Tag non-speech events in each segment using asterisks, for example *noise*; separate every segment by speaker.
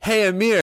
Speaker 1: Hey, Amir.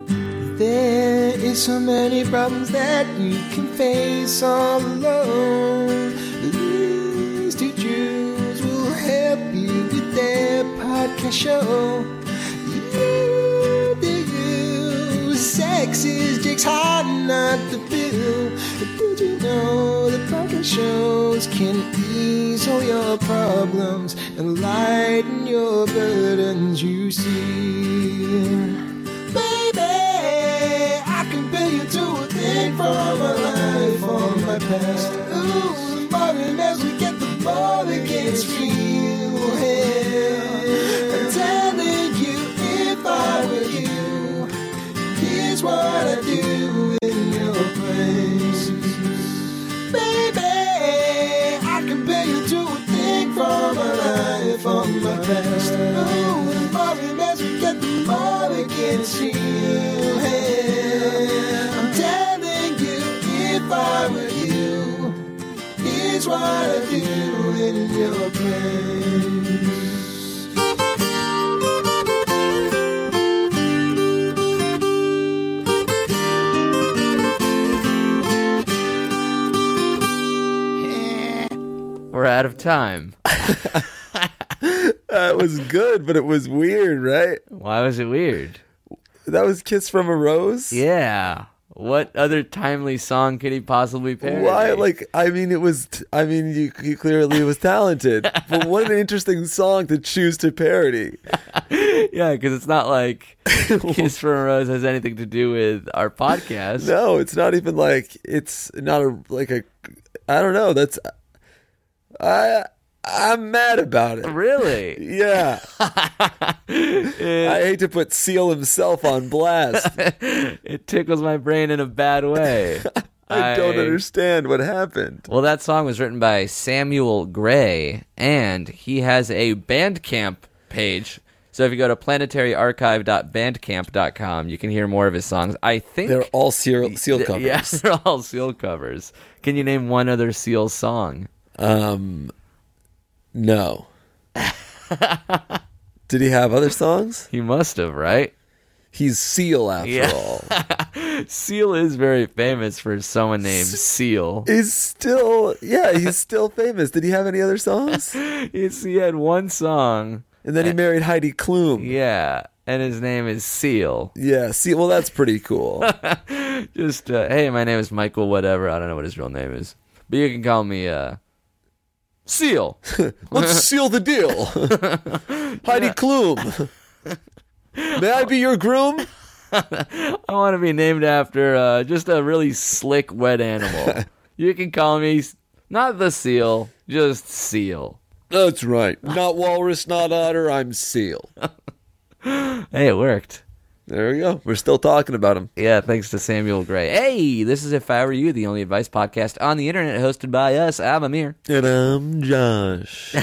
Speaker 2: There is so many problems that we can face all alone. These two Jews will help you with their podcast show. You, do you. Sex is dicks hard not the pill. But did you know the podcast shows can ease all your problems and lighten your burdens you see? Baby, I can pay you to a thing from my life, from my past. Ooh, the morning as we get the ball, it gets real hell. I'm telling you, if I were you, here's what I do in your place. Baby, I can pay you to a thing from my life, from my past. Ooh, the morning as we get the ball, it gets real hell. I'm telling you, if I were you, here's what I do in your place.
Speaker 3: We're out of time.
Speaker 4: That was good, but Uh, it was weird, right?
Speaker 5: Why was it weird?
Speaker 4: That was Kiss from a Rose.
Speaker 5: Yeah. What other timely song could he possibly pair?
Speaker 4: Why? Like, I mean, it was. t- I mean, you, you clearly was talented, but what an interesting song to choose to parody.
Speaker 5: *laughs* yeah, because it's not
Speaker 4: *laughs*
Speaker 5: like Kiss from a Rose has anything to do with our podcast.
Speaker 4: No, it's not even like it's not a like a. I don't know. That's. I I'm mad about it. *laughs*
Speaker 5: Really?
Speaker 4: Yeah, I hate to put Seal himself on blast.
Speaker 5: It tickles my brain in a bad way.
Speaker 4: *laughs* I don't understand what happened.
Speaker 5: Well, that song was written by Samuel Gray, and he has a Bandcamp page. So if you go to planetaryarchive.bandcamp.com, you can hear more of his songs. I think
Speaker 4: They're all seal, seal covers.
Speaker 5: *laughs* Yeah, they're all Seal covers. Can you name one other Seal song?
Speaker 4: Um,
Speaker 5: *laughs*
Speaker 4: no. Did he have other songs?
Speaker 5: He must have, right?
Speaker 4: He's Seal after
Speaker 5: Yeah.
Speaker 4: all.
Speaker 5: Seal is very famous for someone named Seal.
Speaker 4: He's still, yeah, he's still famous. Did he have any other songs?
Speaker 5: It's, he had one song,
Speaker 4: And then he married Heidi Klum.
Speaker 5: yeah, and his name is Seal.
Speaker 4: Yeah, see, well, that's pretty cool.
Speaker 5: Just, uh, hey, my name is Michael, whatever. I don't know what his real name is, but you can call me uh, Seal.
Speaker 4: Let's seal the deal. Heidi Klum. May I be your groom?
Speaker 5: I want to be named after uh, just a really slick wet animal. you can call me s- not the Seal, just Seal.
Speaker 6: That's right. Not walrus, not otter. I'm seal.
Speaker 3: Hey, it worked.
Speaker 6: There we go. We're still talking about him.
Speaker 3: Yeah, thanks to Samuel Gray. Hey, this is If I Were You, the only advice podcast on the internet hosted by us. I'm Amir.
Speaker 6: And I'm Josh.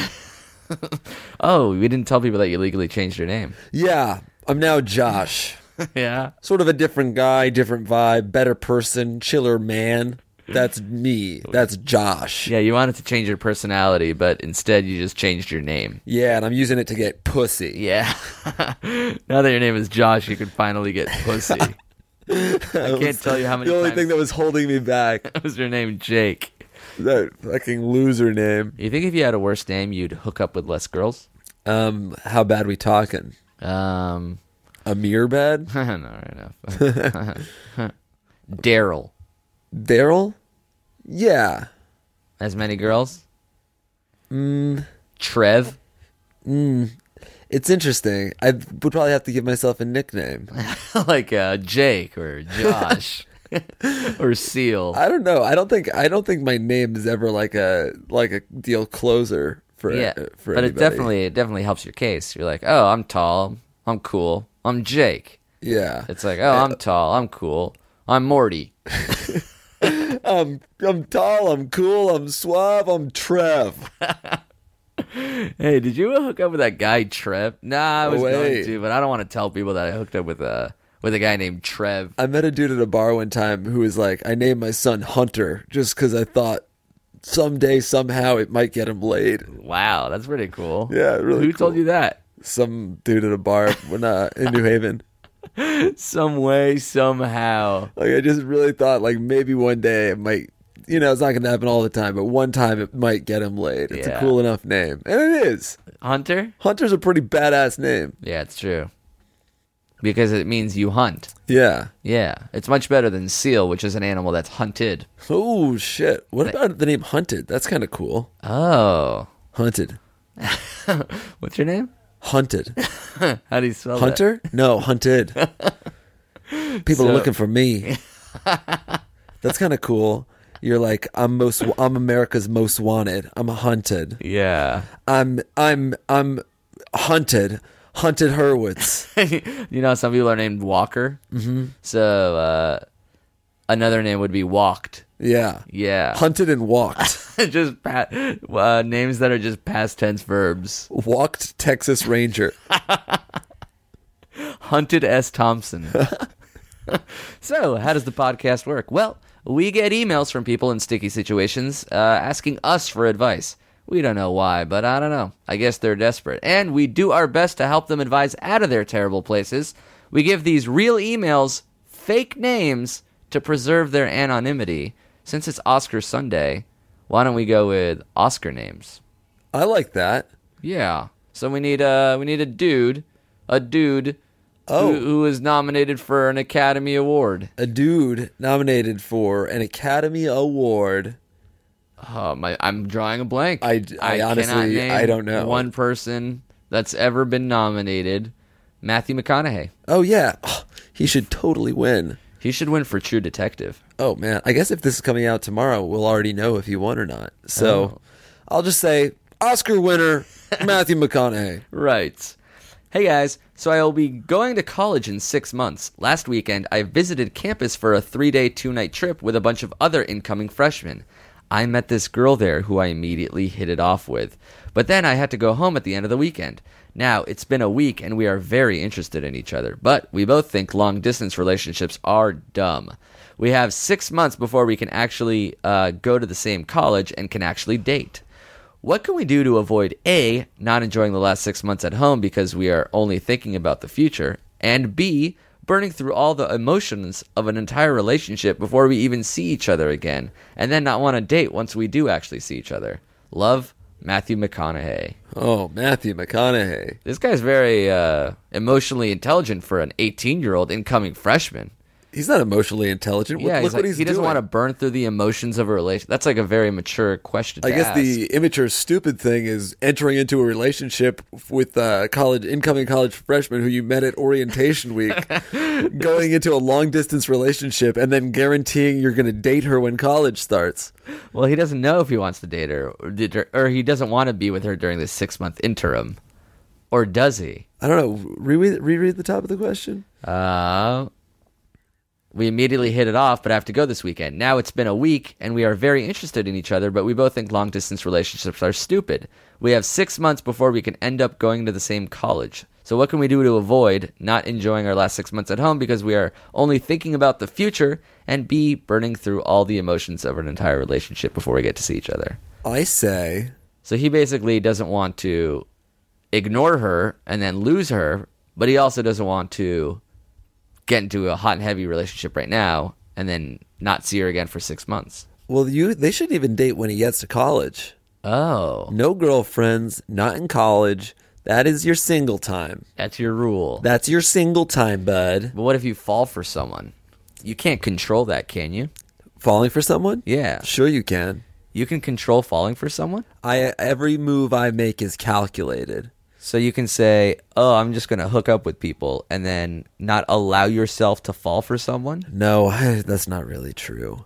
Speaker 3: Oh, we didn't tell people that you legally changed your
Speaker 6: *laughs*
Speaker 3: name.
Speaker 6: yeah, I'm now Josh.
Speaker 3: yeah.
Speaker 6: Sort of a different guy, different vibe, better person, chiller man. That's me. That's Josh.
Speaker 3: Yeah, you wanted to change your personality, but instead you just changed your name.
Speaker 6: Yeah, and I'm using it to get pussy.
Speaker 3: Yeah. *laughs* now that your name is Josh, you can finally
Speaker 6: *laughs*
Speaker 3: get pussy. I can't tell you how many
Speaker 6: The only
Speaker 3: times
Speaker 6: thing that was holding
Speaker 3: *laughs*
Speaker 6: me back,
Speaker 3: was your name Jake.
Speaker 6: that fucking loser name.
Speaker 3: You think if you had a worse name, you'd hook up with less girls?
Speaker 6: Um, how bad we talking?
Speaker 3: Um, *laughs*
Speaker 6: A mere bad?
Speaker 3: not right enough.
Speaker 6: *laughs*
Speaker 3: *laughs* Daryl.
Speaker 6: Daryl? Yeah.
Speaker 3: As many girls? Mm. Trev?
Speaker 6: It's interesting. I would probably have to give myself a nickname.
Speaker 3: *laughs* like uh, Jake *laughs* or Josh or Seal.
Speaker 6: I don't know. I don't think I don't think my name is ever like a like a deal closer for
Speaker 3: yeah,
Speaker 6: for
Speaker 3: but
Speaker 6: anybody.
Speaker 3: it definitely it definitely helps your case. You're like, oh, I'm tall, I'm cool, I'm Jake.
Speaker 6: yeah.
Speaker 3: It's like, oh, *laughs* I'm tall, I'm cool, I'm Morty.
Speaker 6: I'm I'm tall. I'm cool. I'm suave. I'm Trev.
Speaker 3: *laughs* Hey, did you hook up with that guy Trev? Nah, I was going
Speaker 6: way.
Speaker 3: to, but I don't want to tell people that I hooked up with a with a guy named Trev.
Speaker 6: I met a dude at a bar one time who was like, I named my son Hunter just because I thought someday somehow it might get him laid.
Speaker 3: Wow, that's pretty cool.
Speaker 6: Yeah, really
Speaker 3: Who told
Speaker 6: cool.
Speaker 3: you that?
Speaker 6: Some dude at a bar when uh, in New Haven.
Speaker 3: Some way, somehow.
Speaker 6: Like I just really thought like maybe one day it might you know, it's not gonna happen all the time, but one time it might get him laid. It's
Speaker 3: Yeah.
Speaker 6: a cool enough name. And it is.
Speaker 3: Hunter?
Speaker 6: Hunter's a pretty badass name.
Speaker 3: Yeah, it's true. Because it means you hunt.
Speaker 6: Yeah.
Speaker 3: Yeah, it's much better than seal, which is an animal that's hunted.
Speaker 6: Oh shit. What about the name Hunted? That's kinda cool.
Speaker 3: Oh,
Speaker 6: Hunted.
Speaker 3: what's your name?
Speaker 6: Hunted.
Speaker 3: How do you spell that?
Speaker 6: Hunter? No, hunted. People
Speaker 3: So-
Speaker 6: are looking for me. That's kinda cool. You're like, I'm most I'm America's most wanted. I'm hunted.
Speaker 3: Yeah, *laughs*
Speaker 6: I'm I'm I'm hunted. Hunted Hurwitz.
Speaker 3: you know some people are named Walker. Mm-hmm. So uh, another name would be Walked.
Speaker 6: Yeah.
Speaker 3: Yeah,
Speaker 6: Hunted and walked.
Speaker 3: *laughs* just pa- uh, names that are just past tense verbs.
Speaker 6: walked Texas Ranger.
Speaker 3: Hunted S. Thompson. so, how does the podcast work? Well, we get emails from people in sticky situations uh, asking us for advice. We don't know why, but I don't know. I guess they're desperate. And we do our best to help them advise out of their terrible places. We give these real emails fake names to preserve their anonymity. Since it's Oscar Sunday, why don't we go with Oscar names?
Speaker 6: I like that.
Speaker 3: Yeah. So we need a we need a dude, a dude
Speaker 6: Oh.
Speaker 3: who, who is nominated for an Academy Award.
Speaker 6: A dude nominated for an Academy Award.
Speaker 3: Oh my! I'm drawing a blank.
Speaker 6: I- I honestly-
Speaker 3: cannot name
Speaker 6: I don't know.
Speaker 3: one person that's ever been nominated. Matthew McConaughey.
Speaker 6: Oh yeah. Oh, he should totally win.
Speaker 3: He should win for True Detective.
Speaker 6: Oh man. I guess if this is coming out tomorrow, we'll already know if he won or not. So
Speaker 3: Oh.
Speaker 6: I'll just say Oscar winner Matthew McConaughey.
Speaker 3: Right. Hey guys, so I will be going to college in six months. Last weekend, I visited campus for a three day, two night trip with a bunch of other incoming freshmen. I met this girl there who I immediately hit it off with. But then I had to go home at the end of the weekend. Now, it's been a week and we are very interested in each other, but we both think long distance relationships are dumb. We have six months before we can actually uh, go to the same college and can actually date. What can we do to avoid A, not enjoying the last six months at home because we are only thinking about the future, and B, burning through all the emotions of an entire relationship before we even see each other again, and then not want to date once we do actually see each other? Love, Matthew McConaughey.
Speaker 6: Oh, Matthew McConaughey.
Speaker 3: This guy's very uh, emotionally intelligent for an 18 year old incoming freshman.
Speaker 6: he's not emotionally intelligent. Look-
Speaker 3: yeah,
Speaker 6: look
Speaker 3: he's
Speaker 6: what
Speaker 3: like,
Speaker 6: he's
Speaker 3: he doesn't
Speaker 6: doing.
Speaker 3: want to burn through the emotions of a relation. That's like a very mature question.
Speaker 6: I
Speaker 3: to
Speaker 6: guess
Speaker 3: ask.
Speaker 6: the immature, stupid thing is entering into a relationship with a college incoming college freshman who you met at orientation
Speaker 3: *laughs*
Speaker 6: week, going into a long distance relationship, and then guaranteeing you're going to date her when college starts.
Speaker 3: well, he doesn't know if he wants to date her, or, did her- or he doesn't want to be with her during this six month interim, or does he?
Speaker 6: I don't know. Reread, reread the top of the question.
Speaker 3: Uh, we immediately hit it off, but I have to go this weekend. Now it's been a week, and we are very interested in each other, but we both think long distance relationships are stupid. We have six months before we can end up going to the same college. So, what can we do to avoid not enjoying our last six months at home because we are only thinking about the future and B, burning through all the emotions of an entire relationship before we get to see each other?
Speaker 6: I say
Speaker 3: So he basically doesn't want to ignore her and then lose her, but he also doesn't want to get into a hot and heavy relationship right now and then not see her again for six months.
Speaker 6: Well, you they shouldn't even date when he gets to college.
Speaker 3: Oh,
Speaker 6: No girlfriends, not in college. That is your single time.
Speaker 3: that's your rule.
Speaker 6: That's your single time, bud.
Speaker 3: but what if you fall for someone? You can't control that, can you?
Speaker 6: Falling for someone?
Speaker 3: Yeah.
Speaker 6: Sure you can.
Speaker 3: You can control falling for someone.
Speaker 6: I every move I make is calculated.
Speaker 3: So you can say, "Oh, I'm just going to hook up with people," and then not allow yourself to fall for someone.
Speaker 6: No, *sighs* that's not really true.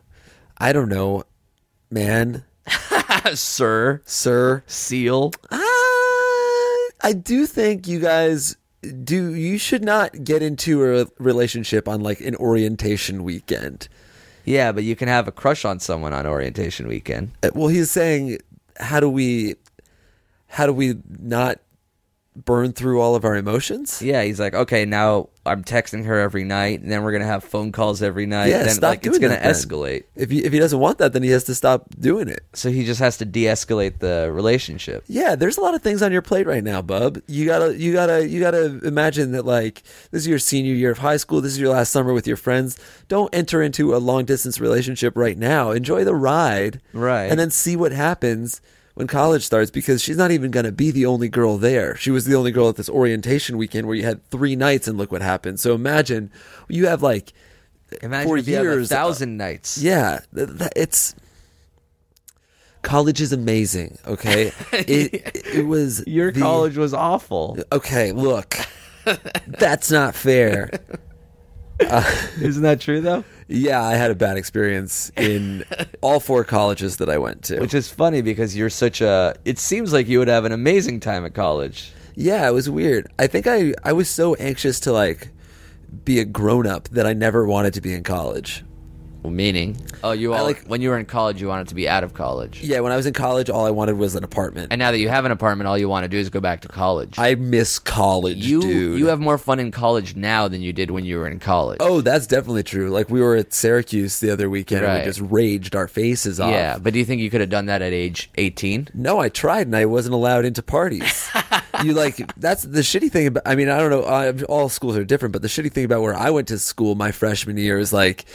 Speaker 6: I don't know, man,
Speaker 3: *laughs* Sir,
Speaker 6: sir.
Speaker 3: seal.
Speaker 6: I, I do think you guys do. You should not get into a relationship on like an orientation weekend.
Speaker 3: Yeah, but you can have a crush on someone on orientation weekend.
Speaker 6: Uh, Well, he's saying, how do we, how do we not burn through all of our emotions?
Speaker 3: Yeah, he's like, okay, now I'm texting her every night, and then we're gonna have phone calls every night.
Speaker 6: Yeah,
Speaker 3: then
Speaker 6: stop
Speaker 3: like
Speaker 6: doing
Speaker 3: it's gonna
Speaker 6: that then.
Speaker 3: escalate.
Speaker 6: If he, if he doesn't want that, then he has to stop doing it.
Speaker 3: So he just has to de-escalate the relationship.
Speaker 6: Yeah, there's a lot of things on your plate right now, bub. You gotta, you gotta, you gotta imagine that like this is your senior year of high school. This is your last summer with your friends. Don't enter into a long distance relationship right now. Enjoy the ride,
Speaker 3: Right.
Speaker 6: And then see what happens when college starts because she's not even gonna be the only girl there. She was the only girl at this orientation weekend where you had three nights, and look what happened. So imagine you have like,
Speaker 3: Imagine
Speaker 6: For
Speaker 3: if you have a
Speaker 6: years, uh,
Speaker 3: thousand nights.
Speaker 6: yeah, th- th- it's. College is amazing,
Speaker 3: *laughs*
Speaker 6: okay? It it was
Speaker 3: Your
Speaker 6: the-
Speaker 3: college was
Speaker 6: *laughs*
Speaker 3: awful.
Speaker 6: Okay, look, that's not fair.
Speaker 3: Isn't that true though?
Speaker 6: Yeah, I had a bad experience in all four colleges that I went to.
Speaker 3: Which is funny because you're such a. It seems like you would have an amazing time at college.
Speaker 6: yeah, it was weird. I think I I was so anxious to like be a grown up that I never wanted to be in college.
Speaker 3: Well, meaning, oh, you
Speaker 6: I
Speaker 3: all
Speaker 6: like-
Speaker 3: when you were in college, you wanted to be out of college,
Speaker 6: Yeah, when I was in college, all I wanted was an apartment.
Speaker 3: and now that you have an apartment, all you want to do is go back to college.
Speaker 6: I miss college,
Speaker 3: You
Speaker 6: dude.
Speaker 3: you have more fun in college now than you did when you were in college.
Speaker 6: Oh, that's definitely true. Like we were at Syracuse the other weekend and
Speaker 3: Right.
Speaker 6: we just raged our faces off.
Speaker 3: yeah, but do you think you could have done that at age eighteen?
Speaker 6: No, I tried and I wasn't allowed
Speaker 3: *laughs*
Speaker 6: into parties. you like that's the shitty thing about. I mean, I don't know. I, all schools are different, but the shitty thing about where I went to school my freshman year is like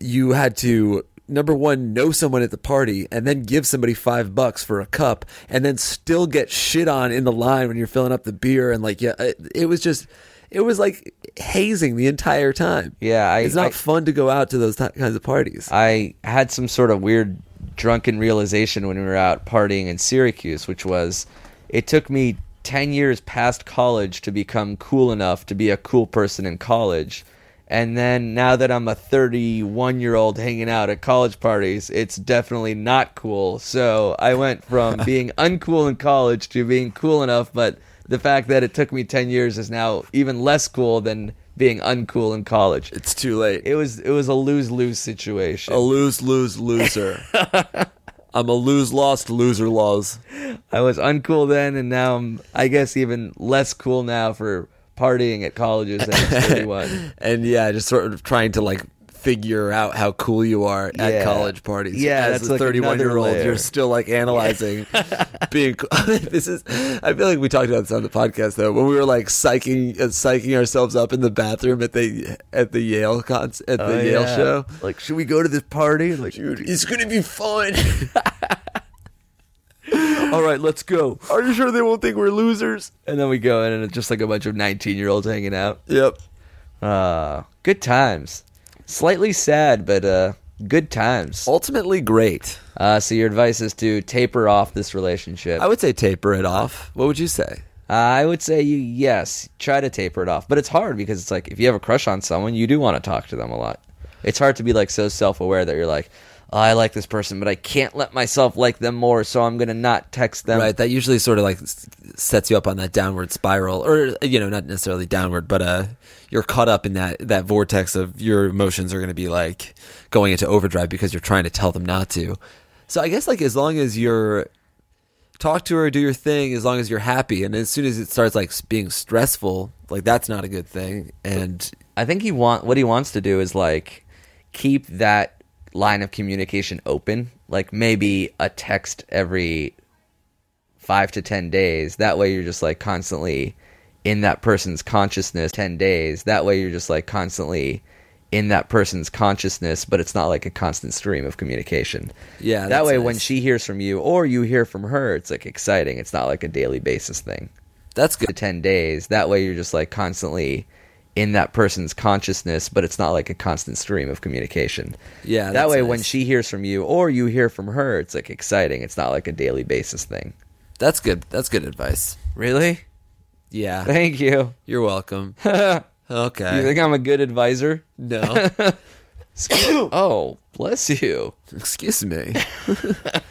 Speaker 6: you had to number one know someone at the party and then give somebody five bucks for a cup and then still get shit on in the line when you're filling up the beer and like yeah, it, it was just. It was like hazing the entire time.
Speaker 3: Yeah, I-
Speaker 6: it's not
Speaker 3: I-
Speaker 6: fun to go out to those ti kinds of parties.
Speaker 3: I had some sort of weird drunken realization when we were out partying in Syracuse, which was it took me 10 years past college to become cool enough to be a cool person in college. And then now that I'm a 31 year old hanging out at college parties, it's definitely not cool. So I went from being uncool in college to being cool enough, but the fact that it took me 10 years is now even less cool than being uncool in college.
Speaker 6: it's too late.
Speaker 3: It was it was a lose lose situation.
Speaker 6: a lose
Speaker 3: *laughs*
Speaker 6: lose loser. I'm a lose lost loser laws.
Speaker 3: I was uncool then, and now I'm I guess even less cool now for partying at colleges at
Speaker 6: *laughs*
Speaker 3: 31.
Speaker 6: And yeah, just sort of trying to like figure out how cool you are at
Speaker 3: Yeah.
Speaker 6: college parties.
Speaker 3: Yeah,
Speaker 6: as
Speaker 3: that's
Speaker 6: a
Speaker 3: like
Speaker 6: 31 year old,
Speaker 3: another layer.
Speaker 6: you're still like analyzing
Speaker 3: *laughs*
Speaker 6: being cool. *laughs* this is I feel like we talked about this on the podcast though when we were like psyching uh, psyching ourselves up in the bathroom at the at the Yale con- at the Yale
Speaker 3: Oh, yeah.
Speaker 6: show.
Speaker 3: Like, should we go to this party? Like,
Speaker 6: Dude, it's going to be fun.
Speaker 3: *laughs* all right, let's go.
Speaker 6: are you sure they won't think we're losers?
Speaker 3: And then we go in, and it's just like a bunch of 19 year olds hanging out.
Speaker 6: Yep.
Speaker 3: Uh, good times. Slightly sad, but uh, good times.
Speaker 6: Ultimately, great.
Speaker 3: Uh, so your advice is to taper off this relationship.
Speaker 6: I would say taper it off. What would you say?
Speaker 3: I would say you yes, try to taper it off. But it's hard because it's like if you have a crush on someone, you do want to talk to them a lot. It's hard to be like so self-aware that you're like, oh, I like this person, but I can't let myself like them more, so I'm gonna not text them.
Speaker 6: Right. That usually sort of like s- sets you up on that downward spiral, or you know, not necessarily downward, but uh, you're caught up in that that vortex of your emotions are going to be like going into overdrive because you're trying to tell them not to. So I guess like as long as you're talk to her, do your thing, as long as you're happy, and as soon as it starts like s- being stressful, like that's not a good thing. And
Speaker 3: I think he want what he wants to do is like keep that line of communication open, like maybe a text every five to ten days. That way, you're just like constantly in that person's consciousness. Ten days. That way, you're just like constantly in that person's consciousness, but it's not like a constant stream of communication.
Speaker 6: Yeah,
Speaker 3: That
Speaker 6: that's
Speaker 3: way, when
Speaker 6: nice.
Speaker 3: she hears from you or you hear from her, it's like exciting. It's not like a daily basis thing
Speaker 6: that's
Speaker 3: to
Speaker 6: good.
Speaker 3: 10 days. That way you're just like constantly in that person's consciousness, but it's not like a constant stream of communication.
Speaker 6: Yeah,
Speaker 3: That
Speaker 6: that's
Speaker 3: way when
Speaker 6: nice.
Speaker 3: she hears from you or you hear from her, it's like exciting. It's not like a daily basis thing.
Speaker 6: That's good. That's good advice.
Speaker 3: Really?
Speaker 6: Yeah,
Speaker 3: Thank you. *laughs*
Speaker 6: you're welcome. Okay.
Speaker 3: You think I'm a good advisor? *laughs*
Speaker 6: no.
Speaker 3: Oh, bless you.
Speaker 6: Excuse *laughs* me. a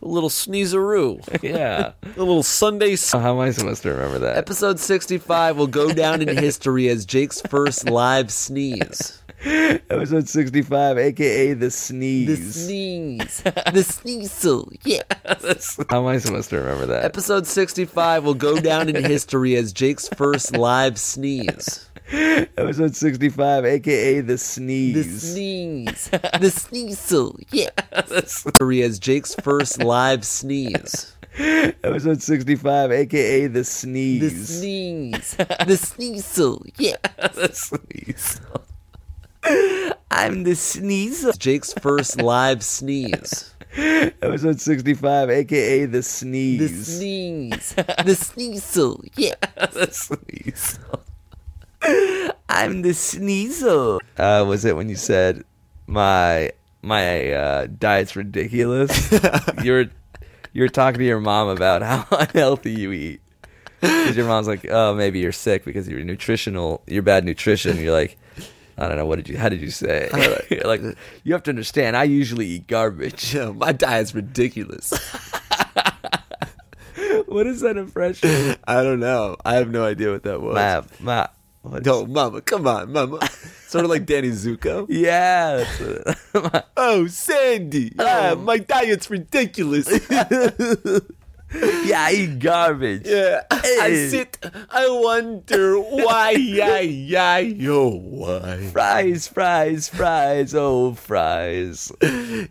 Speaker 6: little sneezeroo.
Speaker 3: Yeah.
Speaker 6: A little Sunday. s-
Speaker 3: *laughs* How am I supposed to remember that?
Speaker 6: Episode 65 will go down in history as Jake's first live sneeze.
Speaker 3: Episode 65, aka the
Speaker 6: The
Speaker 3: sneeze.
Speaker 6: sneeze. The sneezel. Yeah.
Speaker 3: How am I supposed to remember that?
Speaker 6: Episode 65 will go down in history as Jake's first live sneeze.
Speaker 3: Episode 65, aka the
Speaker 6: The
Speaker 3: sneeze.
Speaker 6: sneeze. The sneezel. Yeah. History as Jake's
Speaker 3: *laughs*
Speaker 6: first live sneeze.
Speaker 3: Episode 65, aka the
Speaker 6: The
Speaker 3: sneeze. *laughs*
Speaker 6: sneeze. The sneezel. Yeah.
Speaker 3: I'm the sneezer.
Speaker 6: Jake's first live sneeze.
Speaker 3: *laughs* Episode 65, aka the
Speaker 6: The
Speaker 3: sneeze.
Speaker 6: sneeze. The sneezel.
Speaker 3: *laughs*
Speaker 6: Yeah. *laughs*
Speaker 3: I'm the sneezer. Uh, was it when you said my my uh, diet's
Speaker 6: *laughs*
Speaker 3: ridiculous? you're you're talking to your mom about how *laughs* unhealthy you eat. 'Cause your mom's like, oh, maybe you're sick because of your nutritional, your bad nutrition. You're like, I don't know, what did you, how did you say? *laughs* You're like, you have to understand, I usually eat garbage.
Speaker 6: Yo, my diet's ridiculous.
Speaker 3: what is that impression?
Speaker 6: I don't know. I have no idea what that was.
Speaker 3: my, my, what?
Speaker 6: No, mama, come on, mama. sort of like Danny Zuko.
Speaker 3: Yeah. *laughs* that's it.
Speaker 6: Oh, Sandy, ah, my diet's ridiculous.
Speaker 3: *laughs* yeah, I eat garbage.
Speaker 6: yeah, I
Speaker 3: Hey.
Speaker 6: sit, *laughs* I wonder why, yeah, yeah, yo, why?
Speaker 3: Fries, fries, fries, oh, fries.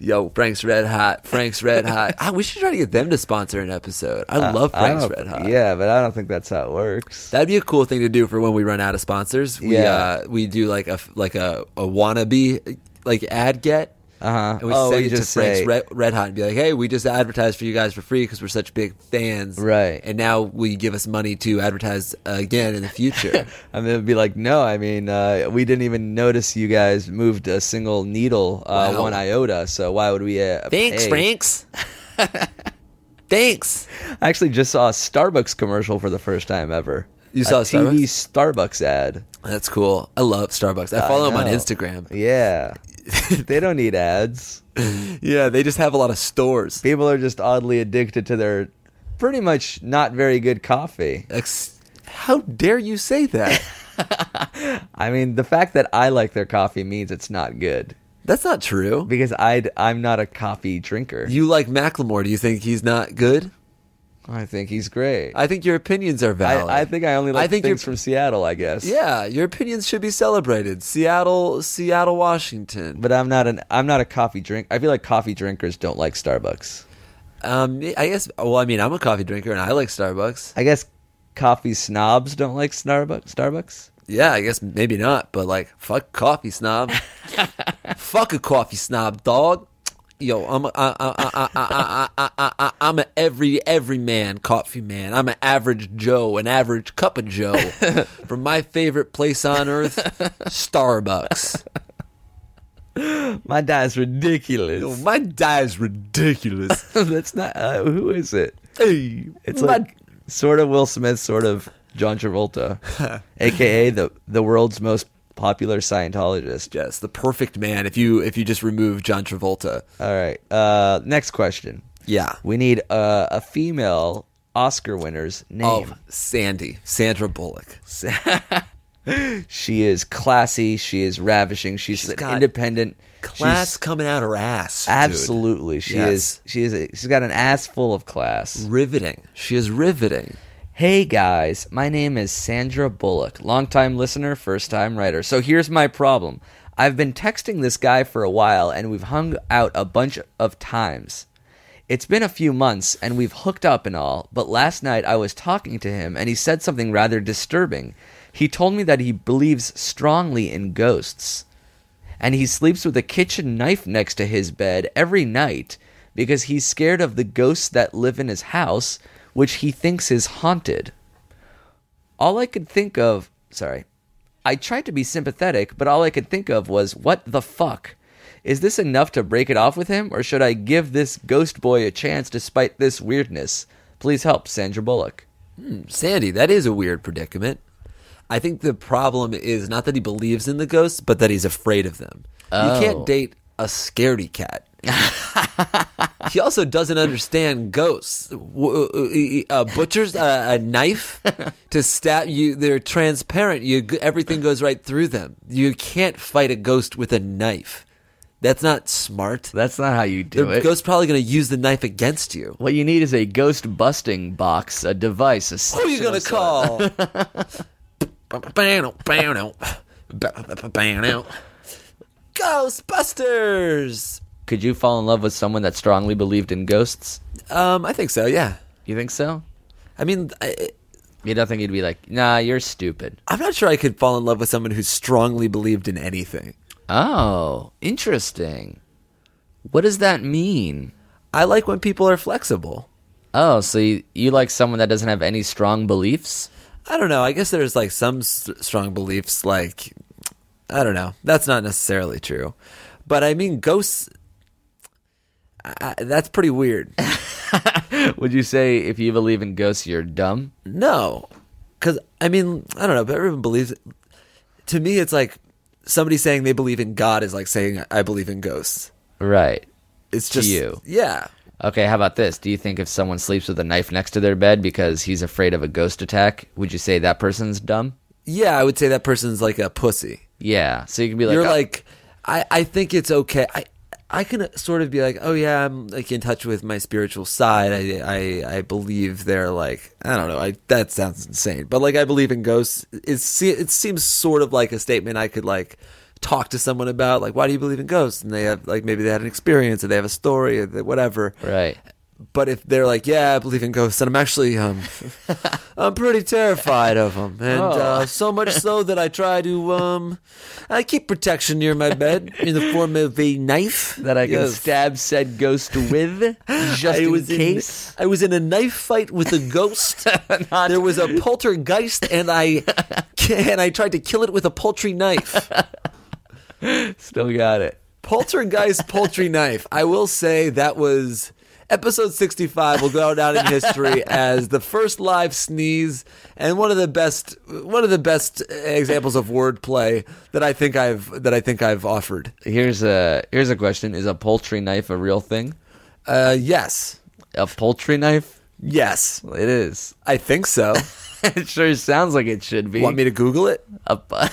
Speaker 6: Yo, Frank's Red Hot, Frank's Red Hot. Ah, we should try to get them to sponsor an episode. Uh, I love
Speaker 3: I
Speaker 6: Frank's
Speaker 3: don't-
Speaker 6: Red Hot.
Speaker 3: Yeah, but I don't think that's how it works.
Speaker 6: That'd be a cool thing to do for when we run out of sponsors. We
Speaker 3: Yeah.
Speaker 6: uh, we do like a like a, a wannabe like ad get.
Speaker 3: Uh-huh.
Speaker 6: And we
Speaker 3: Oh,
Speaker 6: send
Speaker 3: we
Speaker 6: it
Speaker 3: just
Speaker 6: to Frank's
Speaker 3: say-
Speaker 6: Red, Red Hot and be like, "Hey, we just advertised for you guys for free because we're such big fans,
Speaker 3: Right.
Speaker 6: And now will you give us money to advertise again in the
Speaker 3: *laughs*
Speaker 6: future?"
Speaker 3: I mean, it'd be like, no, I mean, uh, we didn't even notice you guys moved a single needle, uh,
Speaker 6: Wow.
Speaker 3: one iota, so why would we? Uh,
Speaker 6: Thanks,
Speaker 3: pay? *laughs*
Speaker 6: Franks. Thanks.
Speaker 3: I actually just saw a Starbucks commercial for the first time ever.
Speaker 6: You saw a
Speaker 3: a TV Starbucks ad.
Speaker 6: That's cool. I love Starbucks. I follow them on
Speaker 3: know.
Speaker 6: Instagram. *laughs*
Speaker 3: Yeah. they don't need ads.
Speaker 6: Yeah, they just have a lot of stores.
Speaker 3: People are just oddly addicted to their pretty much not very good coffee.
Speaker 6: Ex- How dare you
Speaker 3: *laughs*
Speaker 6: say that?
Speaker 3: I mean, the fact that I like their coffee means it's not good
Speaker 6: That's not true.
Speaker 3: because I I'm not a coffee drinker.
Speaker 6: You like Macklemore. Do you think he's not good?
Speaker 3: I think he's great. I,
Speaker 6: I think your opinions are valid.
Speaker 3: I, think I only like
Speaker 6: think
Speaker 3: things
Speaker 6: your-
Speaker 3: from Seattle, I guess.
Speaker 6: Yeah, your opinions should be celebrated. Seattle, Seattle, Washington.
Speaker 3: But I'm not an I'm not a coffee drink. I feel like coffee drinkers don't like Starbucks.
Speaker 6: Um, I guess. Well, I mean, I'm a coffee drinker and I like Starbucks.
Speaker 3: I guess coffee snobs don't like Starbucks. Starbucks.
Speaker 6: Yeah, I guess maybe not, but like, fuck coffee *laughs* snob. fuck a coffee snob, dog. Yo, I'm a, I, I, I, I, I, I, I, I'm a every every man coffee man. I'm an average Joe, an average cup of *laughs* Joe from my favorite place on earth, Starbucks.
Speaker 3: My dad's ridiculous.
Speaker 6: My dad's ridiculous.
Speaker 3: That's not. Uh, who is it?
Speaker 6: hey,
Speaker 3: It's like sort of Will Smith, sort of John *laughs* Travolta, aka the the world's most popular Scientologist.
Speaker 6: yes, the perfect man. If you if you just remove John Travolta,
Speaker 3: All right. Uh, next question.
Speaker 6: yeah.
Speaker 3: We need uh, a female Oscar winner's name.
Speaker 6: Oh, Sandy, Sandra Bullock.
Speaker 3: She is classy. She is ravishing. She's, an
Speaker 6: got
Speaker 3: independent.
Speaker 6: Class
Speaker 3: She's,
Speaker 6: coming out her ass. dude.
Speaker 3: absolutely. She
Speaker 6: Yes.
Speaker 3: is. She is. A, she's got an ass full of class.
Speaker 6: riveting. She is riveting.
Speaker 3: Hey guys, my name is Sandra Bullock, longtime listener, first time writer. So here's my problem. I've been texting this guy for a while and we've hung out a bunch of times. It's been a few months and we've hooked up and all, but last night I was talking to him and he said something rather disturbing. He told me that he believes strongly in ghosts and he sleeps with a kitchen knife next to his bed every night because he's scared of the ghosts that live in his house, which he thinks is haunted. All I could think of, sorry, I tried to be sympathetic, but all I could think of was, what the fuck? Is this enough to break it off with him, or should I give this ghost boy a chance despite this weirdness? Please help, Sandra Bullock.
Speaker 6: Sandy, that is a weird predicament. I think the problem is not that he believes in the ghosts, but that he's afraid of them. You can't date a scaredy cat. he also doesn't understand ghosts. W- uh, w- e, A butcher's a, a knife to stab you. They're transparent. You everything goes right through them. You can't fight a ghost with a knife. That's not smart.
Speaker 3: That's not how you do
Speaker 6: The ghost's probably going to use the knife against you.
Speaker 3: What you need is a ghost busting box, a device, a
Speaker 6: Who are you gonna call? Ghostbusters.
Speaker 3: Could you fall in love with someone that strongly believed in ghosts?
Speaker 6: Um, I think so. Yeah.
Speaker 3: You think so?
Speaker 6: I mean, I,
Speaker 3: You don't think you'd be like, nah, you're stupid.
Speaker 6: I'm not sure I could fall in love with someone who strongly believed in anything.
Speaker 3: Oh, interesting. What does that mean?
Speaker 6: I like when people are flexible.
Speaker 3: Oh, so you, you like someone that doesn't have any strong beliefs? *laughs*
Speaker 6: I don't know. I guess there's like some s- strong beliefs. Like, I don't know. That's not necessarily true, but I mean, ghosts. I, I- that's pretty weird.
Speaker 3: Would you say if you believe in ghosts, you're dumb?
Speaker 6: No, because I mean, I don't know, but everyone believes. To me, it's like somebody saying they believe in God is like saying I believe in ghosts.
Speaker 3: Right.
Speaker 6: It's
Speaker 3: To
Speaker 6: just
Speaker 3: you.
Speaker 6: yeah.
Speaker 3: Okay, how about this? Do you think if someone sleeps with a knife next to their bed because he's afraid of a ghost attack, would you say that person's dumb?
Speaker 6: Yeah, I would say that person's like a pussy.
Speaker 3: Yeah. So you can be like,
Speaker 6: You're
Speaker 3: "Oh,
Speaker 6: like, I, I think it's okay. I, I can sort of be like, oh yeah, I'm like in touch with my spiritual side. I, I, I believe they're like, I don't know. I that sounds insane, but like I believe in ghosts. It se- it seems sort of like a statement I could like talk to someone about. Like, why do you believe in ghosts? And they have like maybe they had an experience or they have a story or they- whatever.
Speaker 3: right.
Speaker 6: But if they're like, yeah, I believe in ghosts, and I'm
Speaker 3: *laughs*
Speaker 6: actually, um, I'm pretty terrified of them, and
Speaker 3: Oh.
Speaker 6: uh, so much so that I try to, um, I keep protection near my bed in the form of a knife
Speaker 3: that I can
Speaker 6: Yes.
Speaker 3: stab said ghost *laughs* with, just
Speaker 6: I
Speaker 3: in
Speaker 6: was
Speaker 3: case.
Speaker 6: in, I was in a knife fight with
Speaker 3: *laughs*
Speaker 6: a ghost. there was a poltergeist, and I and I tried to kill it with a poultry knife.
Speaker 3: Still got it.
Speaker 6: Poltergeist poultry knife. I will say that was episode 65 will go down in history as the first live sneeze and one of the best one of the best examples of wordplay that I think I've that I think I've offered.
Speaker 3: Here's a here's a question: Is a poultry knife a real thing?
Speaker 6: Uh yes.
Speaker 3: A poultry knife?
Speaker 6: Yes.
Speaker 3: It is. *laughs*
Speaker 6: I think so.
Speaker 3: it sure sounds like it should be.
Speaker 6: Want me to google it?
Speaker 3: A pu-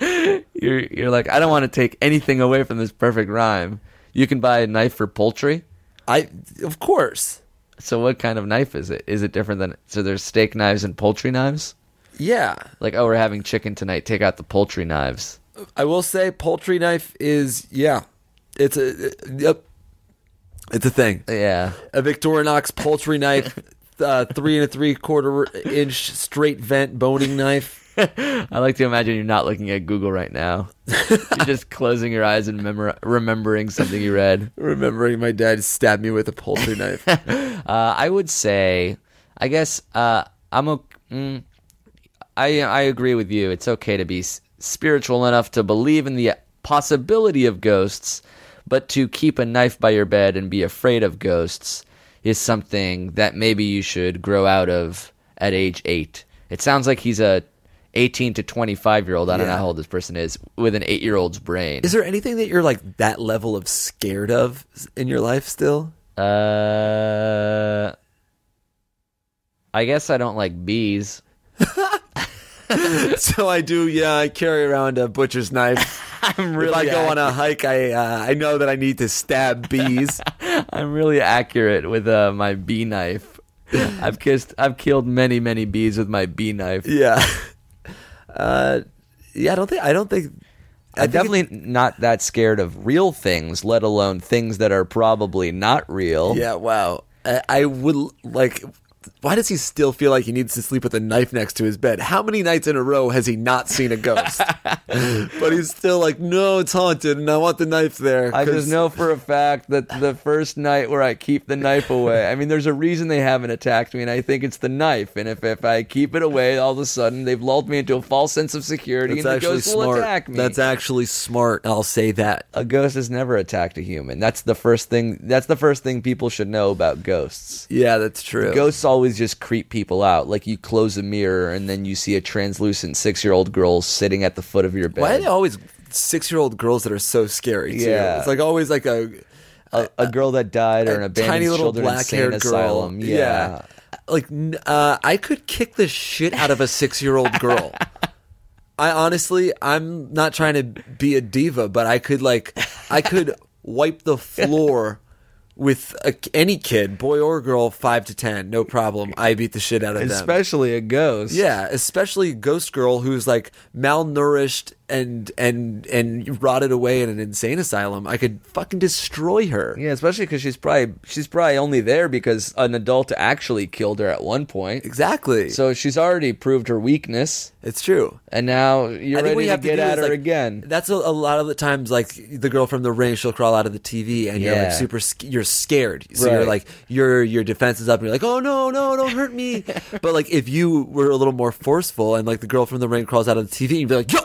Speaker 3: *laughs* you're you're like I don't want to take anything away from this perfect rhyme. You can buy a knife for poultry.
Speaker 6: I of course.
Speaker 3: So what kind of knife is it? Is it different than so? There's steak knives and poultry knives.
Speaker 6: Yeah.
Speaker 3: Like oh, we're having chicken tonight. Take out the poultry knives.
Speaker 6: I will say poultry knife is yeah. It's a yep. It's a thing.
Speaker 3: Yeah.
Speaker 6: a Victorinox poultry knife, uh, three and a three quarter inch straight vent boning knife.
Speaker 3: *laughs* I like to imagine you're not looking at Google right now. you're just closing your eyes and memor- remembering something you read.
Speaker 6: Remembering my dad stabbed me with a poultry knife.
Speaker 3: *laughs* Uh, I would say, I guess uh, I'm okay. Mm, I I agree with you. It's okay to be s- spiritual enough to believe in the possibility of ghosts, but to keep a knife by your bed and be afraid of ghosts is something that maybe you should grow out of at age eight. It sounds like he's a 18 to 25 year old. I don't know how old this person is with an eight year old's brain.
Speaker 6: Is there anything that you're like that level of scared of in your life still?
Speaker 3: Uh, I guess I don't like bees.
Speaker 6: so I do. Yeah, I carry around a butcher's *laughs* knife.
Speaker 3: I'm
Speaker 6: if I go on a hike, I uh, I know that I need to stab bees.
Speaker 3: I'm really accurate with uh, my bee
Speaker 6: *laughs*
Speaker 3: knife. I've kissed, I've killed many, many bees with my bee knife.
Speaker 6: *laughs* yeah. Uh, yeah. I don't think. I don't think.
Speaker 3: I'm definitely not that scared of real things, let alone things that are probably not real.
Speaker 6: Yeah. Wow. I, I would l- like. Why does he still feel like he needs to sleep with a knife next to his bed? How many nights in a row has he not seen
Speaker 3: *laughs*
Speaker 6: a ghost? but he's still like, no, it's haunted, and I want the knife there.
Speaker 3: I
Speaker 6: 'cause-
Speaker 3: just know for a fact that the first night where I keep the knife away, I mean, there's a reason they haven't attacked me, and I think it's the knife. And if, if I keep it away, all of a sudden they've lulled me into a false sense of security,
Speaker 6: That's
Speaker 3: and the
Speaker 6: actually
Speaker 3: ghost will
Speaker 6: smart.
Speaker 3: attack me.
Speaker 6: That's actually smart. I'll say that.
Speaker 3: a ghost has never attacked a human. That's the first thing. That's the first thing people should know about ghosts.
Speaker 6: Yeah, that's true.
Speaker 3: Ghosts always just creep people out. Like you close a mirror and then you see a translucent six-year-old girl sitting at the foot of your bed.
Speaker 6: Why are they always six year old girls that are so scary? Too?
Speaker 3: Yeah.
Speaker 6: it's like always like a,
Speaker 3: a, a girl that died or an
Speaker 6: a
Speaker 3: abandoned
Speaker 6: tiny little
Speaker 3: children
Speaker 6: black
Speaker 3: insane
Speaker 6: haired girl.
Speaker 3: asylum. yeah.
Speaker 6: like n- uh, I could kick the shit out of a six year
Speaker 3: *laughs*
Speaker 6: old girl. I honestly, I'm not trying to be a diva, but I could like, I could wipe the floor. With a, any kid, boy or girl, five to ten, no problem. I beat the shit out of them.
Speaker 3: especially a ghost.
Speaker 6: Yeah, especially Ghost Girl, who's like malnourished and and and rotted away in an insane asylum. I could fucking destroy her.
Speaker 3: yeah, especially because she's probably she's probably only there because an adult actually killed her at one point.
Speaker 6: Exactly.
Speaker 3: So she's already proved her weakness,
Speaker 6: it's true.
Speaker 3: and now you're
Speaker 6: I think
Speaker 3: ready
Speaker 6: we
Speaker 3: to
Speaker 6: have
Speaker 3: get
Speaker 6: do
Speaker 3: at
Speaker 6: is,
Speaker 3: her
Speaker 6: like,
Speaker 3: again.
Speaker 6: That's a, a lot of the times, like the girl from the ring, she'll crawl out of the TV, and you're like
Speaker 3: Yeah.
Speaker 6: super, sc- you're scared. So you're
Speaker 3: Right.
Speaker 6: like your your defense is up, and you're like, oh no, no, don't
Speaker 3: *laughs*
Speaker 6: hurt me. but like if you were a little more forceful, and like the girl from the ring crawls out of the TV, you'd be like, yo.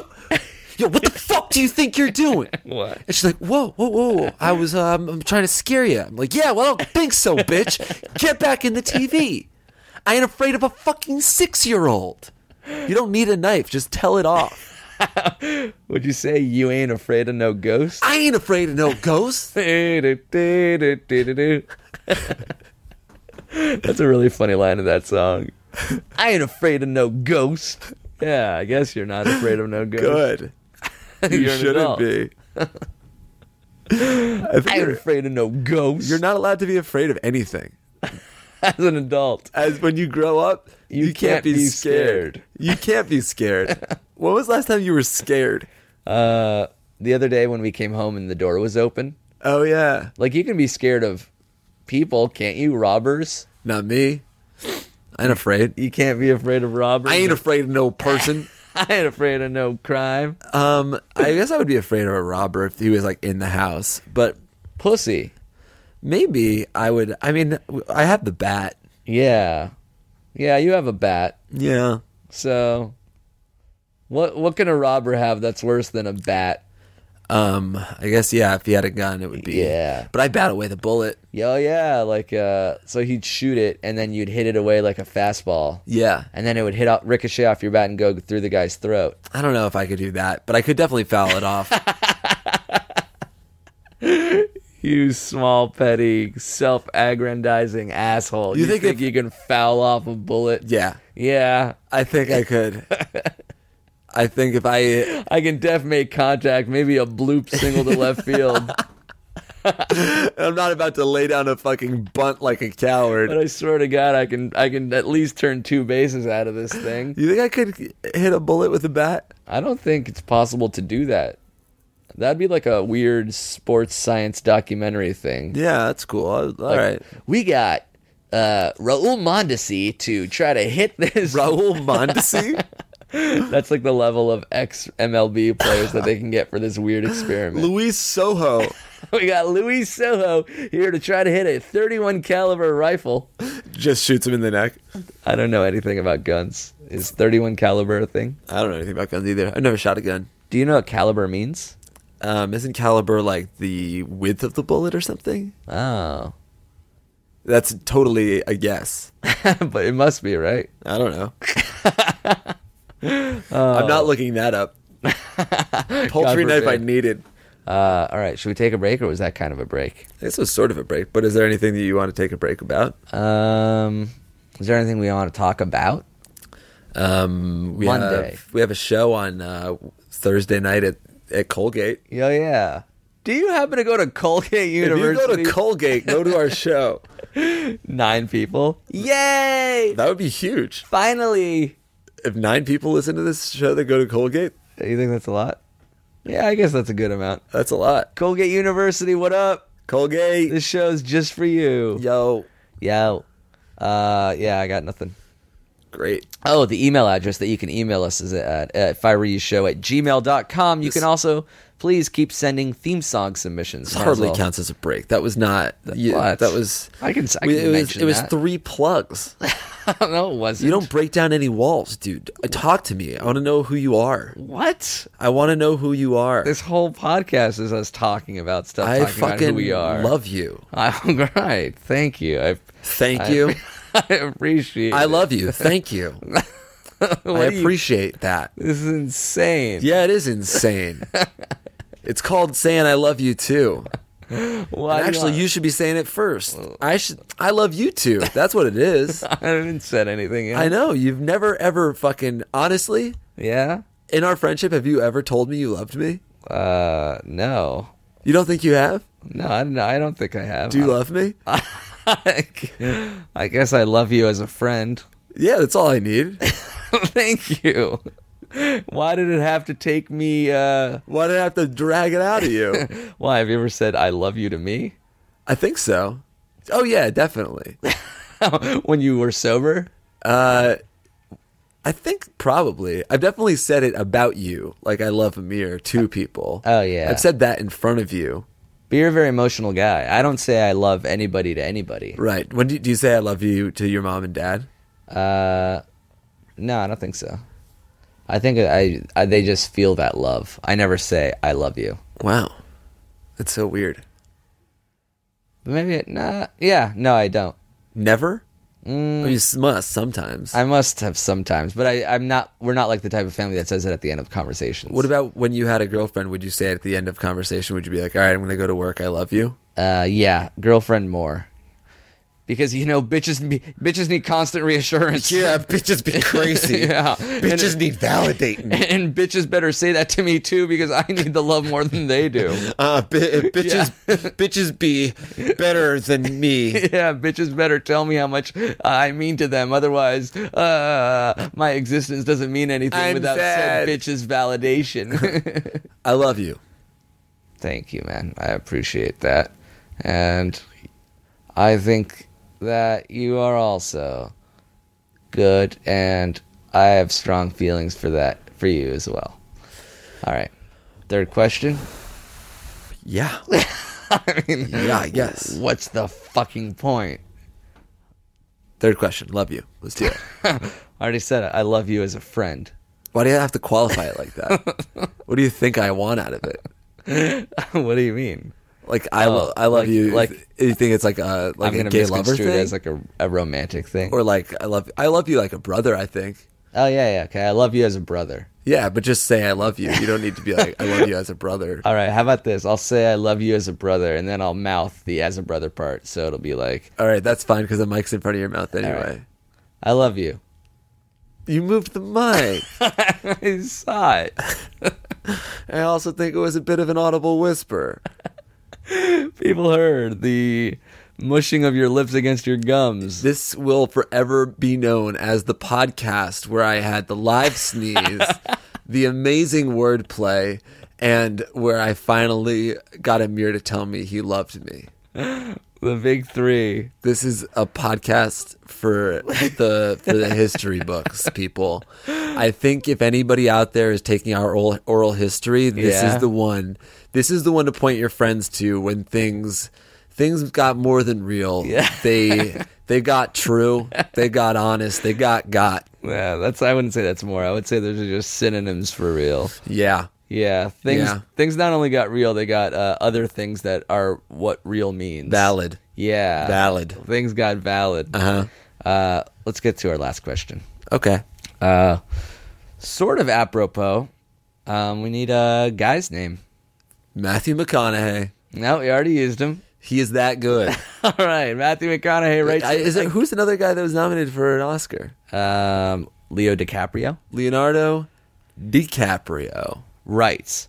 Speaker 6: Yo, what the fuck do you think
Speaker 3: *laughs*
Speaker 6: you're doing? What? And she's like, whoa, whoa, whoa, whoa. I was, um, I'm trying to scare you. I'm like, yeah, well, I don't think so, bitch. Get back in the TV. I ain't afraid of a fucking six year old. You don't need a knife. Just tell it off.
Speaker 3: Would you say you ain't afraid of no ghost? *laughs*
Speaker 6: I ain't afraid of *laughs* no ghosts.
Speaker 3: That's a really funny line of that
Speaker 6: *laughs*
Speaker 3: song. I ain't afraid of no ghost. Yeah, I guess you're not afraid of no ghost.
Speaker 6: Good.
Speaker 3: *laughs*
Speaker 6: You
Speaker 3: You're an adult.
Speaker 6: shouldn't be. I think
Speaker 3: I ain't
Speaker 6: you're,
Speaker 3: afraid of no ghost.
Speaker 6: you're not allowed to be afraid of anything.
Speaker 3: *laughs* as an adult.
Speaker 6: As when you grow up,
Speaker 3: You
Speaker 6: you,
Speaker 3: can't
Speaker 6: can't, be,
Speaker 3: be scared.
Speaker 6: scared. You can't be *laughs* scared. when was the last time you were scared?
Speaker 3: Uh, the other day when we came home and the door was open,
Speaker 6: Oh yeah,
Speaker 3: like you can be scared of people, can't you? Robbers.
Speaker 6: not me. I ain't afraid.
Speaker 3: You can't be afraid of robbers.
Speaker 6: I ain't afraid of no person.
Speaker 3: *laughs* I ain't afraid of no crime.
Speaker 6: Um, I guess I would be afraid of a robber if he was like in the house, but
Speaker 3: Pussy.
Speaker 6: maybe I would. I mean, I have the bat.
Speaker 3: Yeah, yeah. You have a bat,
Speaker 6: Yeah.
Speaker 3: so what? What can a robber have that's worse than a bat?
Speaker 6: Um, I guess yeah. If he had a gun, it would be
Speaker 3: Yeah.
Speaker 6: But I bat away the bullet.
Speaker 3: Yeah, oh, yeah. Like, uh, so he'd shoot it, and then you'd hit it away like a fastball.
Speaker 6: Yeah,
Speaker 3: And then it would hit out, ricochet off your bat and go through the guy's throat.
Speaker 6: I don't know if I could do that, but I could definitely foul it off. *laughs*
Speaker 3: You small, petty, self-aggrandizing asshole. You,
Speaker 6: think
Speaker 3: think,
Speaker 6: if-
Speaker 3: you can foul off a bullet?
Speaker 6: yeah,
Speaker 3: Yeah.
Speaker 6: I think I *laughs* could. I think if I
Speaker 3: I can def make contact, maybe a bloop single to left
Speaker 6: *laughs*
Speaker 3: field.
Speaker 6: I'm not about to lay down a fucking bunt like a
Speaker 3: But
Speaker 6: coward.
Speaker 3: I swear to God, I can I can at least turn two bases out of this thing.
Speaker 6: You think I could hit a bullet with a bat?
Speaker 3: I don't think it's possible to do that. That'd be like a weird sports science documentary thing.
Speaker 6: Yeah, that's cool. I- All right,
Speaker 3: Like, We got uh, Raul Mondesi to try to hit this.
Speaker 6: Raul *laughs* Mondesi,
Speaker 3: *laughs* That's like the level of ex MLB players that they can get for this weird
Speaker 6: *laughs*
Speaker 3: experiment.
Speaker 6: Luis Soho,
Speaker 3: we got Luis Soho here to try to hit a 31 caliber rifle.
Speaker 6: just shoots him in the neck.
Speaker 3: I don't know anything about guns. Is 31 caliber a thing?
Speaker 6: I don't know anything about guns either. I've never shot a gun.
Speaker 3: Do you know what caliber means?
Speaker 6: Um, isn't caliber like the width of the bullet or something?
Speaker 3: Oh. *laughs*
Speaker 6: That's totally a guess.
Speaker 3: but it must be, right?
Speaker 6: I don't know. I'm not looking that up.
Speaker 3: *laughs*
Speaker 6: Poultry knife I
Speaker 3: Oh. forbid.
Speaker 6: needed.
Speaker 3: Uh, all right. Should we take a break or was that kind of a break?
Speaker 6: This was sort of a break, but is there anything that you want to take a break about?
Speaker 3: Um, is there anything we want to talk about?
Speaker 6: Um, we
Speaker 3: Monday.
Speaker 6: Have, we have a show on uh, Thursday night at, at Colgate.
Speaker 3: Yeah, yeah. Do you happen to go to Colgate
Speaker 6: If you
Speaker 3: University?
Speaker 6: go to Colgate, go
Speaker 3: *laughs*
Speaker 6: to our show.
Speaker 3: Nine people. Yay!
Speaker 6: That would be huge.
Speaker 3: Finally.
Speaker 6: If nine people listen to this show that go to Colgate,
Speaker 3: You think that's a lot? Yeah, I guess that's a good amount.
Speaker 6: that's a lot.
Speaker 3: Colgate University, what up?
Speaker 6: Colgate.
Speaker 3: This show's just for you.
Speaker 6: Yo,
Speaker 3: Yo. Uh, yeah, I got nothing.
Speaker 6: great.
Speaker 3: Oh, the email address that you can email us is at, at show at gmail.com. You can also please keep sending theme song submissions. Might as
Speaker 6: hardly
Speaker 3: well.
Speaker 6: counts as a break. That was not. you-
Speaker 3: What?
Speaker 6: that was.
Speaker 3: I can- I
Speaker 6: we-
Speaker 3: can
Speaker 6: it was,
Speaker 3: mention
Speaker 6: it was
Speaker 3: that.
Speaker 6: three plugs.
Speaker 3: *laughs* no, it wasn't.
Speaker 6: You don't break down any walls, dude. Uh, Talk to me. I want to know who you are.
Speaker 3: What?
Speaker 6: I want to know who you are.
Speaker 3: This whole podcast is us talking about stuff,
Speaker 6: I
Speaker 3: talking about who
Speaker 6: fucking
Speaker 3: we are.
Speaker 6: love you.
Speaker 3: *laughs* I'm right. Thank you. I, *laughs*
Speaker 6: Thank
Speaker 3: I-
Speaker 6: you.
Speaker 3: I appreciate
Speaker 6: I
Speaker 3: it.
Speaker 6: love you.
Speaker 3: *laughs*
Speaker 6: Thank you. I
Speaker 3: do you-
Speaker 6: appreciate that.
Speaker 3: This is insane.
Speaker 6: Yeah, it
Speaker 3: *laughs*
Speaker 6: is insane. it's called saying I love you too.
Speaker 3: Why
Speaker 6: And
Speaker 3: do
Speaker 6: actually,
Speaker 3: I-
Speaker 6: you should be saying it first. I should. I love you too. That's what it
Speaker 3: *laughs* *laughs*
Speaker 6: is.
Speaker 3: I haven't said anything. Yet.
Speaker 6: I know you've never ever fucking honestly
Speaker 3: Yeah.
Speaker 6: in our friendship. Have you ever told me you loved me?
Speaker 3: Uh, no,
Speaker 6: You don't think you have?
Speaker 3: no, I don't. I don't think I have.
Speaker 6: Do you love me?
Speaker 3: *laughs* I guess I love you as a friend. *laughs*
Speaker 6: Yeah, that's all I need.
Speaker 3: Thank you. Why did it have to take me? Uh,
Speaker 6: Why did I have to drag it out
Speaker 4: *laughs*
Speaker 6: of you?
Speaker 3: why have you ever said I love you to me *laughs*
Speaker 6: I think so. Oh yeah, definitely. Uh,
Speaker 3: when you were sober?
Speaker 6: I think probably. I've definitely said it about you, like I love Amir
Speaker 4: Uh,
Speaker 6: to people.
Speaker 3: Oh, yeah.
Speaker 6: I've said that in front of you.
Speaker 3: But you're a very emotional guy. I don't say I love anybody to anybody.
Speaker 6: Right. When do you, do you say I love you to your mom and dad?
Speaker 3: Uh, no, I don't think so. I think I, I they just feel that love. I never say I love you.
Speaker 6: Wow, that's so weird.
Speaker 3: But maybe it, nah. Yeah, no, I don't.
Speaker 6: Never. Mm. you s- must sometimes.
Speaker 3: I must have sometimes, but I, I'm not. We're not like the type of family that says it at the end of conversations.
Speaker 6: what about when you had a girlfriend? Would you say at the end of conversation, would you be like, "All right, I'm going to go to work. I love you."
Speaker 3: Uh, yeah, girlfriend more, because you know bitches be, bitches need constant reassurance. *laughs*
Speaker 4: bitches be crazy.
Speaker 6: *laughs*
Speaker 3: yeah,
Speaker 4: Bitches need validating.
Speaker 3: and bitches better say that to me too because I need the love more than they
Speaker 6: *laughs*
Speaker 3: do.
Speaker 4: Uh, bi- bitches,
Speaker 3: *laughs*
Speaker 4: bitches be better than me.
Speaker 3: Yeah, bitches better tell me how much I mean to them. Otherwise, uh, my existence doesn't mean anything
Speaker 6: I'm
Speaker 3: without said
Speaker 6: sad.
Speaker 3: bitches' validation. *laughs*
Speaker 6: I love you.
Speaker 3: Thank you, man. I appreciate that. And I think that you are also good, and I have strong feelings for that, for you as well. All right. Third question *laughs*
Speaker 6: Yeah. *laughs* yeah. I guess.
Speaker 3: What's the fucking point?
Speaker 6: Third question. Love you. Let's do it.
Speaker 3: I already said it. I love you as a friend. *laughs*
Speaker 6: Why do you have to qualify it like that? what do you think I want out of it?
Speaker 3: what do you mean?
Speaker 6: Like I, lo- I love
Speaker 3: Oh, like-
Speaker 6: you.
Speaker 3: like-
Speaker 6: Like you think it's like a like
Speaker 3: I'm
Speaker 6: a
Speaker 3: going to
Speaker 6: gay lover
Speaker 3: misconstrue
Speaker 6: thing,
Speaker 3: it as like a, a romantic thing.
Speaker 6: or like I love I love you like a brother. I think.
Speaker 3: oh, yeah, yeah. Okay. I love you as a brother.
Speaker 6: Yeah, but just say I love you. You don't need to be like I love you as a brother.
Speaker 3: All right. How about this? I'll say I love you as a brother, and then I'll mouth the as a brother part. So it'll be like,
Speaker 6: All right, that's fine because the mic's in front of your mouth anyway.
Speaker 3: right. I love you. *laughs*
Speaker 6: You moved the mic.
Speaker 3: I saw it.
Speaker 6: I also think it was a bit of an audible whisper.
Speaker 3: People heard the mushing of your lips against your gums.
Speaker 6: This will forever be known as the podcast where I had the live sneeze, the amazing wordplay, and where I finally got Amir to tell me he loved me.
Speaker 3: The big three.
Speaker 6: This is a podcast for the for the
Speaker 3: *laughs*
Speaker 6: history books, people. I think if anybody out there is taking our oral, oral history, this
Speaker 3: Yeah.
Speaker 6: is the one. This is the one to point your friends to when things things got more than real.
Speaker 3: Yeah. *laughs*
Speaker 6: They they got true. They got honest. They got got.
Speaker 3: Yeah, that's. I wouldn't say that's more. I would say those are just synonyms for real.
Speaker 6: Yeah.
Speaker 3: Yeah, things
Speaker 6: Yeah.
Speaker 3: things not only got real, they got uh, other things that are what real means.
Speaker 6: Valid.
Speaker 3: Yeah.
Speaker 6: Valid.
Speaker 3: Things got valid. Uh-huh. Uh let's get to our last question.
Speaker 6: Okay.
Speaker 3: Uh sort of apropos. Um we need a guy's name.
Speaker 6: Matthew McConaughey.
Speaker 3: No, we already used him. *laughs*
Speaker 6: He is that good.
Speaker 3: All right, Matthew McConaughey *laughs* right
Speaker 6: I, is it, who's another guy that was nominated for an Oscar?
Speaker 3: um Leo DiCaprio.
Speaker 6: Leonardo DiCaprio.
Speaker 3: Right.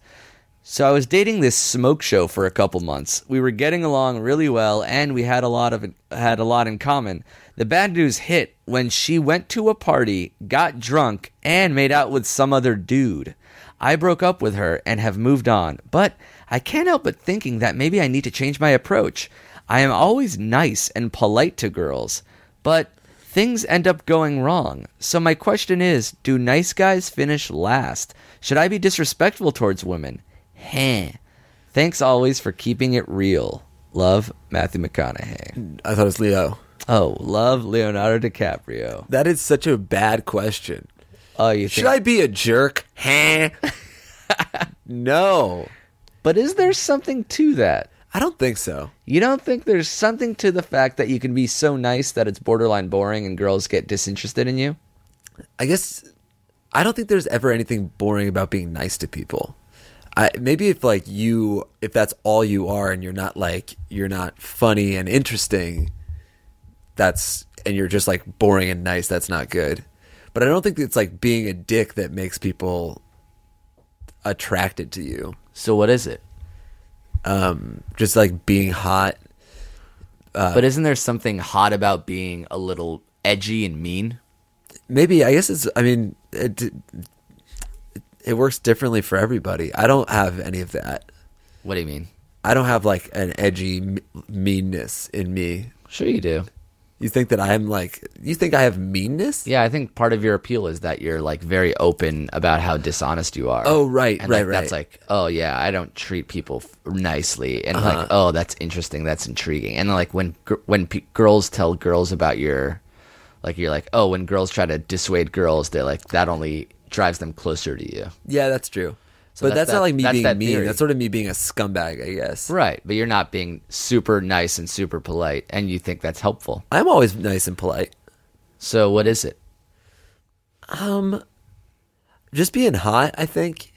Speaker 3: So I was dating this smoke show for a couple months. We were getting along really well and we had a lot of had a lot in common. The bad news hit when she went to a party, got drunk and made out with some other dude. I broke up with her and have moved on, but I can't help but thinking that maybe I need to change my approach. I am always nice and polite to girls, but things end up going wrong. So my question is, do nice guys finish last? Should I be disrespectful towards women? Heh. Thanks always for keeping it real. Love Matthew McConaughey.
Speaker 6: I thought it was Leo.
Speaker 3: Oh, love Leonardo DiCaprio.
Speaker 6: That is such a bad question.
Speaker 3: Oh, you
Speaker 6: Should I be a jerk? Huh? no.
Speaker 3: But is there something to that?
Speaker 6: I don't think so.
Speaker 3: You don't think there's something to the fact that you can be so nice that it's borderline boring and girls get disinterested in you?
Speaker 6: I guess I don't think there's ever anything boring about being nice to people. I, maybe if like you, if that's all you are, and you're not like you're not funny and interesting, that's and you're just like boring and nice. That's not good. But I don't think it's like being a dick that makes people attracted to you.
Speaker 7: So what is it?
Speaker 6: Just like being hot.
Speaker 3: Uh,
Speaker 7: but isn't there something hot about being a little edgy and mean?
Speaker 6: Maybe I guess it's. I mean, it it works differently for everybody. I don't have any of that.
Speaker 7: What do you mean?
Speaker 6: I don't have like an edgy m- meanness in me.
Speaker 7: Sure, you do.
Speaker 6: You think that I'm like you think I have meanness?
Speaker 7: Yeah, I think part of your appeal is that you're like very open about how dishonest you are.
Speaker 6: Oh, right,
Speaker 7: and
Speaker 6: right,
Speaker 7: like,
Speaker 6: right.
Speaker 7: That's like, oh yeah, I don't treat people f- nicely, and like, oh, that's interesting, that's intriguing, and like when gr- when pe- girls tell girls about your, like you're like, oh, when girls try to dissuade girls, they're like, that only drives them closer to you.
Speaker 6: Yeah, that's true. but
Speaker 7: that's
Speaker 6: that's,
Speaker 7: that-
Speaker 6: not like me
Speaker 7: that's
Speaker 6: being
Speaker 7: that
Speaker 6: mean.
Speaker 7: theory.
Speaker 6: That's sort of me being a scumbag, I guess.
Speaker 7: Right, but you're not being super nice and super polite, and you think that's helpful.
Speaker 6: I'm always nice and polite.
Speaker 7: So what is it?
Speaker 6: Um, Just being hot, I think.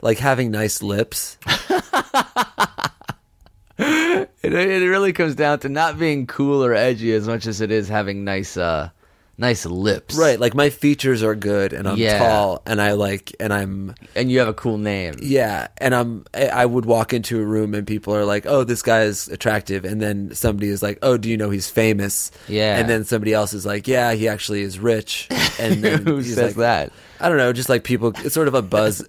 Speaker 6: Like having nice
Speaker 7: *laughs*
Speaker 6: lips.
Speaker 3: It, it really comes down to not being cool or edgy as much as it is having nice, uh, nice lips.
Speaker 6: right, like my features are good and I'm
Speaker 3: Yeah.
Speaker 6: tall and I like and I'm
Speaker 3: And you have a cool *laughs* name.
Speaker 6: yeah, and I'm I- I would walk into a room and people are like, "Oh, this guy is attractive." And then somebody is like, "Oh, do you know he's famous?"
Speaker 3: Yeah.
Speaker 6: And then somebody else is like, "Yeah, he actually is rich." And then
Speaker 3: *laughs* Who
Speaker 6: he's
Speaker 3: says
Speaker 6: like,
Speaker 3: that?
Speaker 6: I don't know, just like people it's sort of
Speaker 3: *laughs*
Speaker 6: a buzz.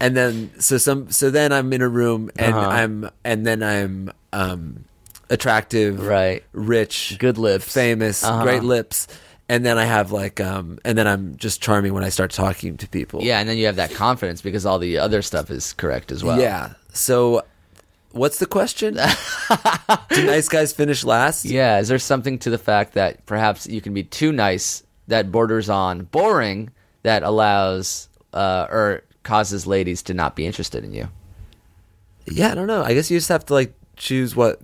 Speaker 6: and then so some so then I'm in a room and
Speaker 3: Uh-huh.
Speaker 6: I'm and then I'm um attractive,
Speaker 3: Right.
Speaker 6: rich,
Speaker 3: Good lips. Uh-huh.
Speaker 6: famous, great lips. And then I have like um and then I'm just charming when I start talking to people.
Speaker 7: Yeah, and then you have that confidence because all the other stuff is correct as well.
Speaker 6: Yeah. So, what's the
Speaker 7: *laughs*
Speaker 6: question? Do nice guys finish last?
Speaker 7: Yeah, is there something to the fact that perhaps you can be too nice that borders on boring that allows uh, or causes ladies to not be interested in you?
Speaker 6: Yeah, I don't know. I guess you just have to like choose what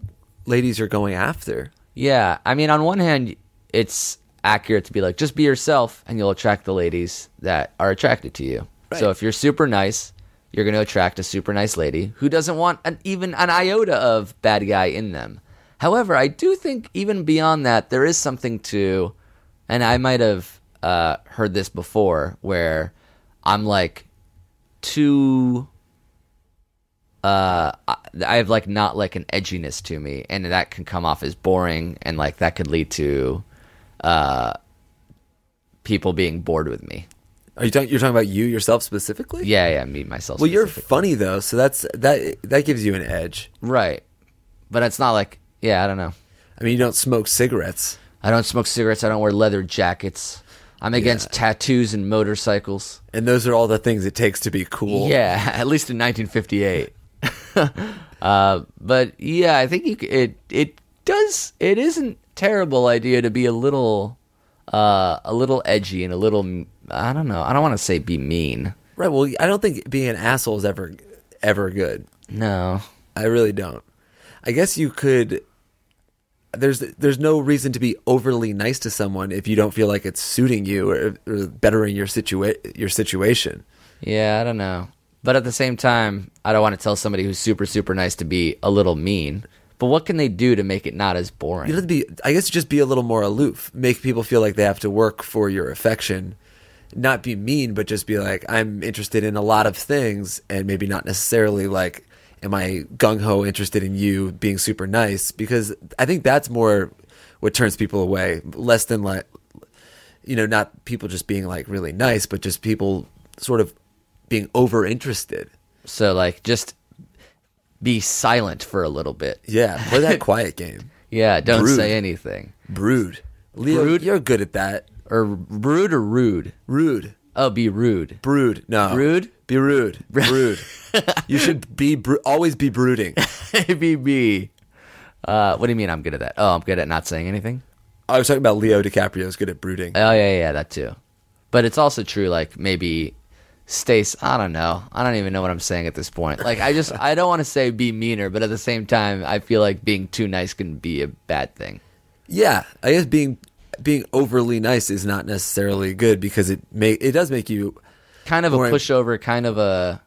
Speaker 6: ladies you're going after.
Speaker 7: Yeah, I mean, on one hand, it's accurate to be like, just be yourself and you'll attract the ladies that are attracted to you. So if you're super nice, you're going to attract a super nice lady who doesn't want an, even an iota of bad guy in them. However, I do think even beyond that, there is something to, and I might have uh, heard this before, where I'm like too I have like not like an edginess to me, and that can come off as boring, and like that could lead to uh people being bored with me.
Speaker 6: Are you talking? You're talking about you yourself specifically?
Speaker 7: Yeah, yeah, me myself.
Speaker 6: Well, you're
Speaker 7: specific.
Speaker 6: funny though, so that's that. That gives you an edge.
Speaker 7: right, but it's not like yeah, I don't know.
Speaker 6: I mean, you don't smoke cigarettes.
Speaker 7: I don't smoke cigarettes. I don't wear leather jackets. I'm against tattoos and motorcycles.
Speaker 6: And those are all the things it takes to be
Speaker 3: *laughs*
Speaker 6: cool.
Speaker 7: Yeah, at least in 1958. uh, but yeah, I think you, c- it it does it isn't terrible idea to be a little uh, a little edgy and a little m- I don't know. I don't want to say be mean
Speaker 6: Right. Well, I don't think being an asshole is ever ever good.
Speaker 3: No.
Speaker 6: I really don't. I guess you could. There's there's no reason to be overly nice to someone if you don't feel like it's suiting you or, or bettering your situa- your situation.
Speaker 3: Yeah, I don't know. But at the same time, I don't want to tell somebody who's super, super nice to be a little mean. But what can they do to make it not as boring?
Speaker 6: You have to be. I guess just be a little more aloof. Make people feel like they have to work for your affection. Not be mean, but just be like, I'm interested in a lot of things, and maybe not necessarily like, am I gung ho interested in you being super nice? Because I think that's more what turns people away, less than like, you know, not people just being like really nice, but just people sort of being over interested.
Speaker 3: so, like, just be silent for a little bit.
Speaker 6: Yeah, play that quiet game.
Speaker 3: Yeah, don't
Speaker 6: Rude.
Speaker 3: say anything.
Speaker 6: Brood. Leo,
Speaker 3: Brood?
Speaker 6: you're good at that.
Speaker 3: Or rude or rude?
Speaker 6: Rude.
Speaker 3: Oh, be rude.
Speaker 6: Brood. No.
Speaker 3: Rude?
Speaker 6: Be rude. *laughs* Brood. you should be bro- always be brooding.
Speaker 3: Maybe be. Uh, what do you mean I'm good at that? Oh, I'm good at not saying anything?
Speaker 6: I was talking about Leo DiCaprio's good at brooding.
Speaker 3: Oh yeah, yeah, that too. But it's also true. Like maybe Stace. I don't know. I don't even know what I'm saying at this point. Like I just I don't want to say be meaner, but at the same time, I feel like being too nice can be a bad thing.
Speaker 6: Yeah, I guess being being overly nice is not necessarily good because it may it does make you.
Speaker 3: Kind of a
Speaker 6: Or-
Speaker 3: pushover. Kind of a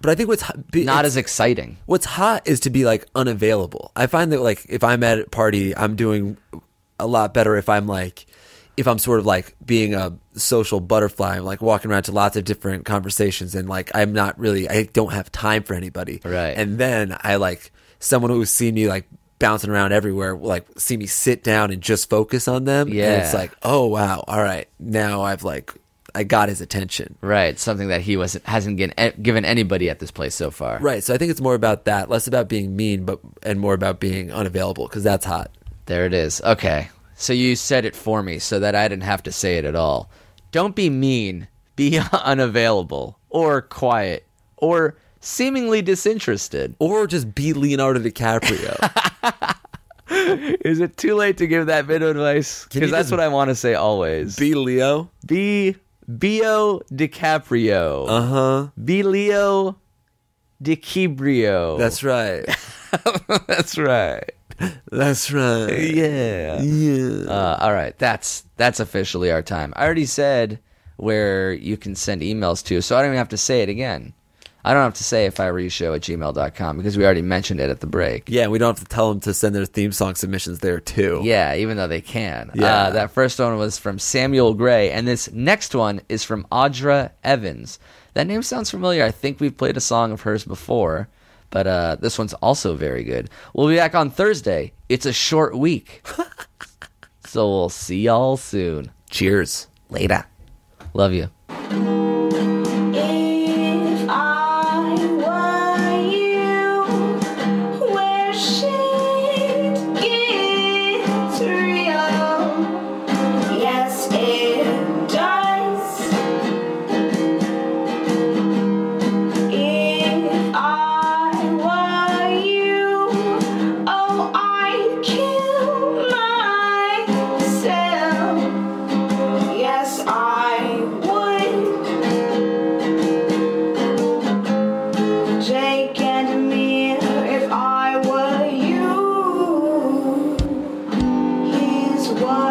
Speaker 6: But I think what's hot- be,
Speaker 3: not
Speaker 6: it's-
Speaker 3: as exciting.
Speaker 6: what's hot is to be like unavailable. I find that like if I'm at a party, I'm doing a lot better if I'm like if I'm sort of like being a social butterfly, I'm like walking around to lots of different conversations and like I'm not really I don't have time for anybody.
Speaker 3: Right.
Speaker 6: And then I like someone who's seen me like bouncing around everywhere will, like see me sit down and just focus on them. And it's
Speaker 3: Yeah.
Speaker 6: like, oh wow, all right. Now I've like I got his attention.
Speaker 3: Right, something that he wasn't hasn't given eh, given anybody at this place so far.
Speaker 6: Right. So I think it's more about that, less about being mean, but and more about being unavailable because that's hot.
Speaker 3: There it is. Okay. So you said it for me so that I didn't have to say it at all. Don't be mean. *laughs* Be unavailable or quiet or seemingly disinterested.
Speaker 6: Or just be Leonardo DiCaprio.
Speaker 3: Is it too late to give that bit of advice?
Speaker 6: you
Speaker 3: Because that's
Speaker 6: just
Speaker 3: what I want to say always.
Speaker 6: be Leo.
Speaker 3: Be Bio DiCaprio. Uh huh. Be Leo DiCaprio.
Speaker 6: That's right.
Speaker 3: *laughs* that's right. *laughs*
Speaker 6: That's right.
Speaker 3: Yeah.
Speaker 6: Yeah.
Speaker 3: Uh, all right, that's that's officially our time. I already said where you can send emails to, so I don't even have to say it again. I don't have to say if I reshow at gmail.com because we already mentioned it at the break.
Speaker 6: Yeah. We don't have to tell them to send their theme song submissions there too.
Speaker 3: Yeah, even though they can.
Speaker 6: Yeah.
Speaker 3: Uh, that first one was from Samuel Gray, and this next one is from Audra Evans. That name sounds familiar. I think we've played a song of hers before, but uh, this one's also very good. We'll be back on Thursday. It's a short week. so we'll see y'all soon.
Speaker 6: Cheers.
Speaker 3: Later. Love you.
Speaker 8: If I were you, where shade gets real, yes it does. If I were you, oh I'd kill myself. Yes I would. Jake and me, if I were you, here's what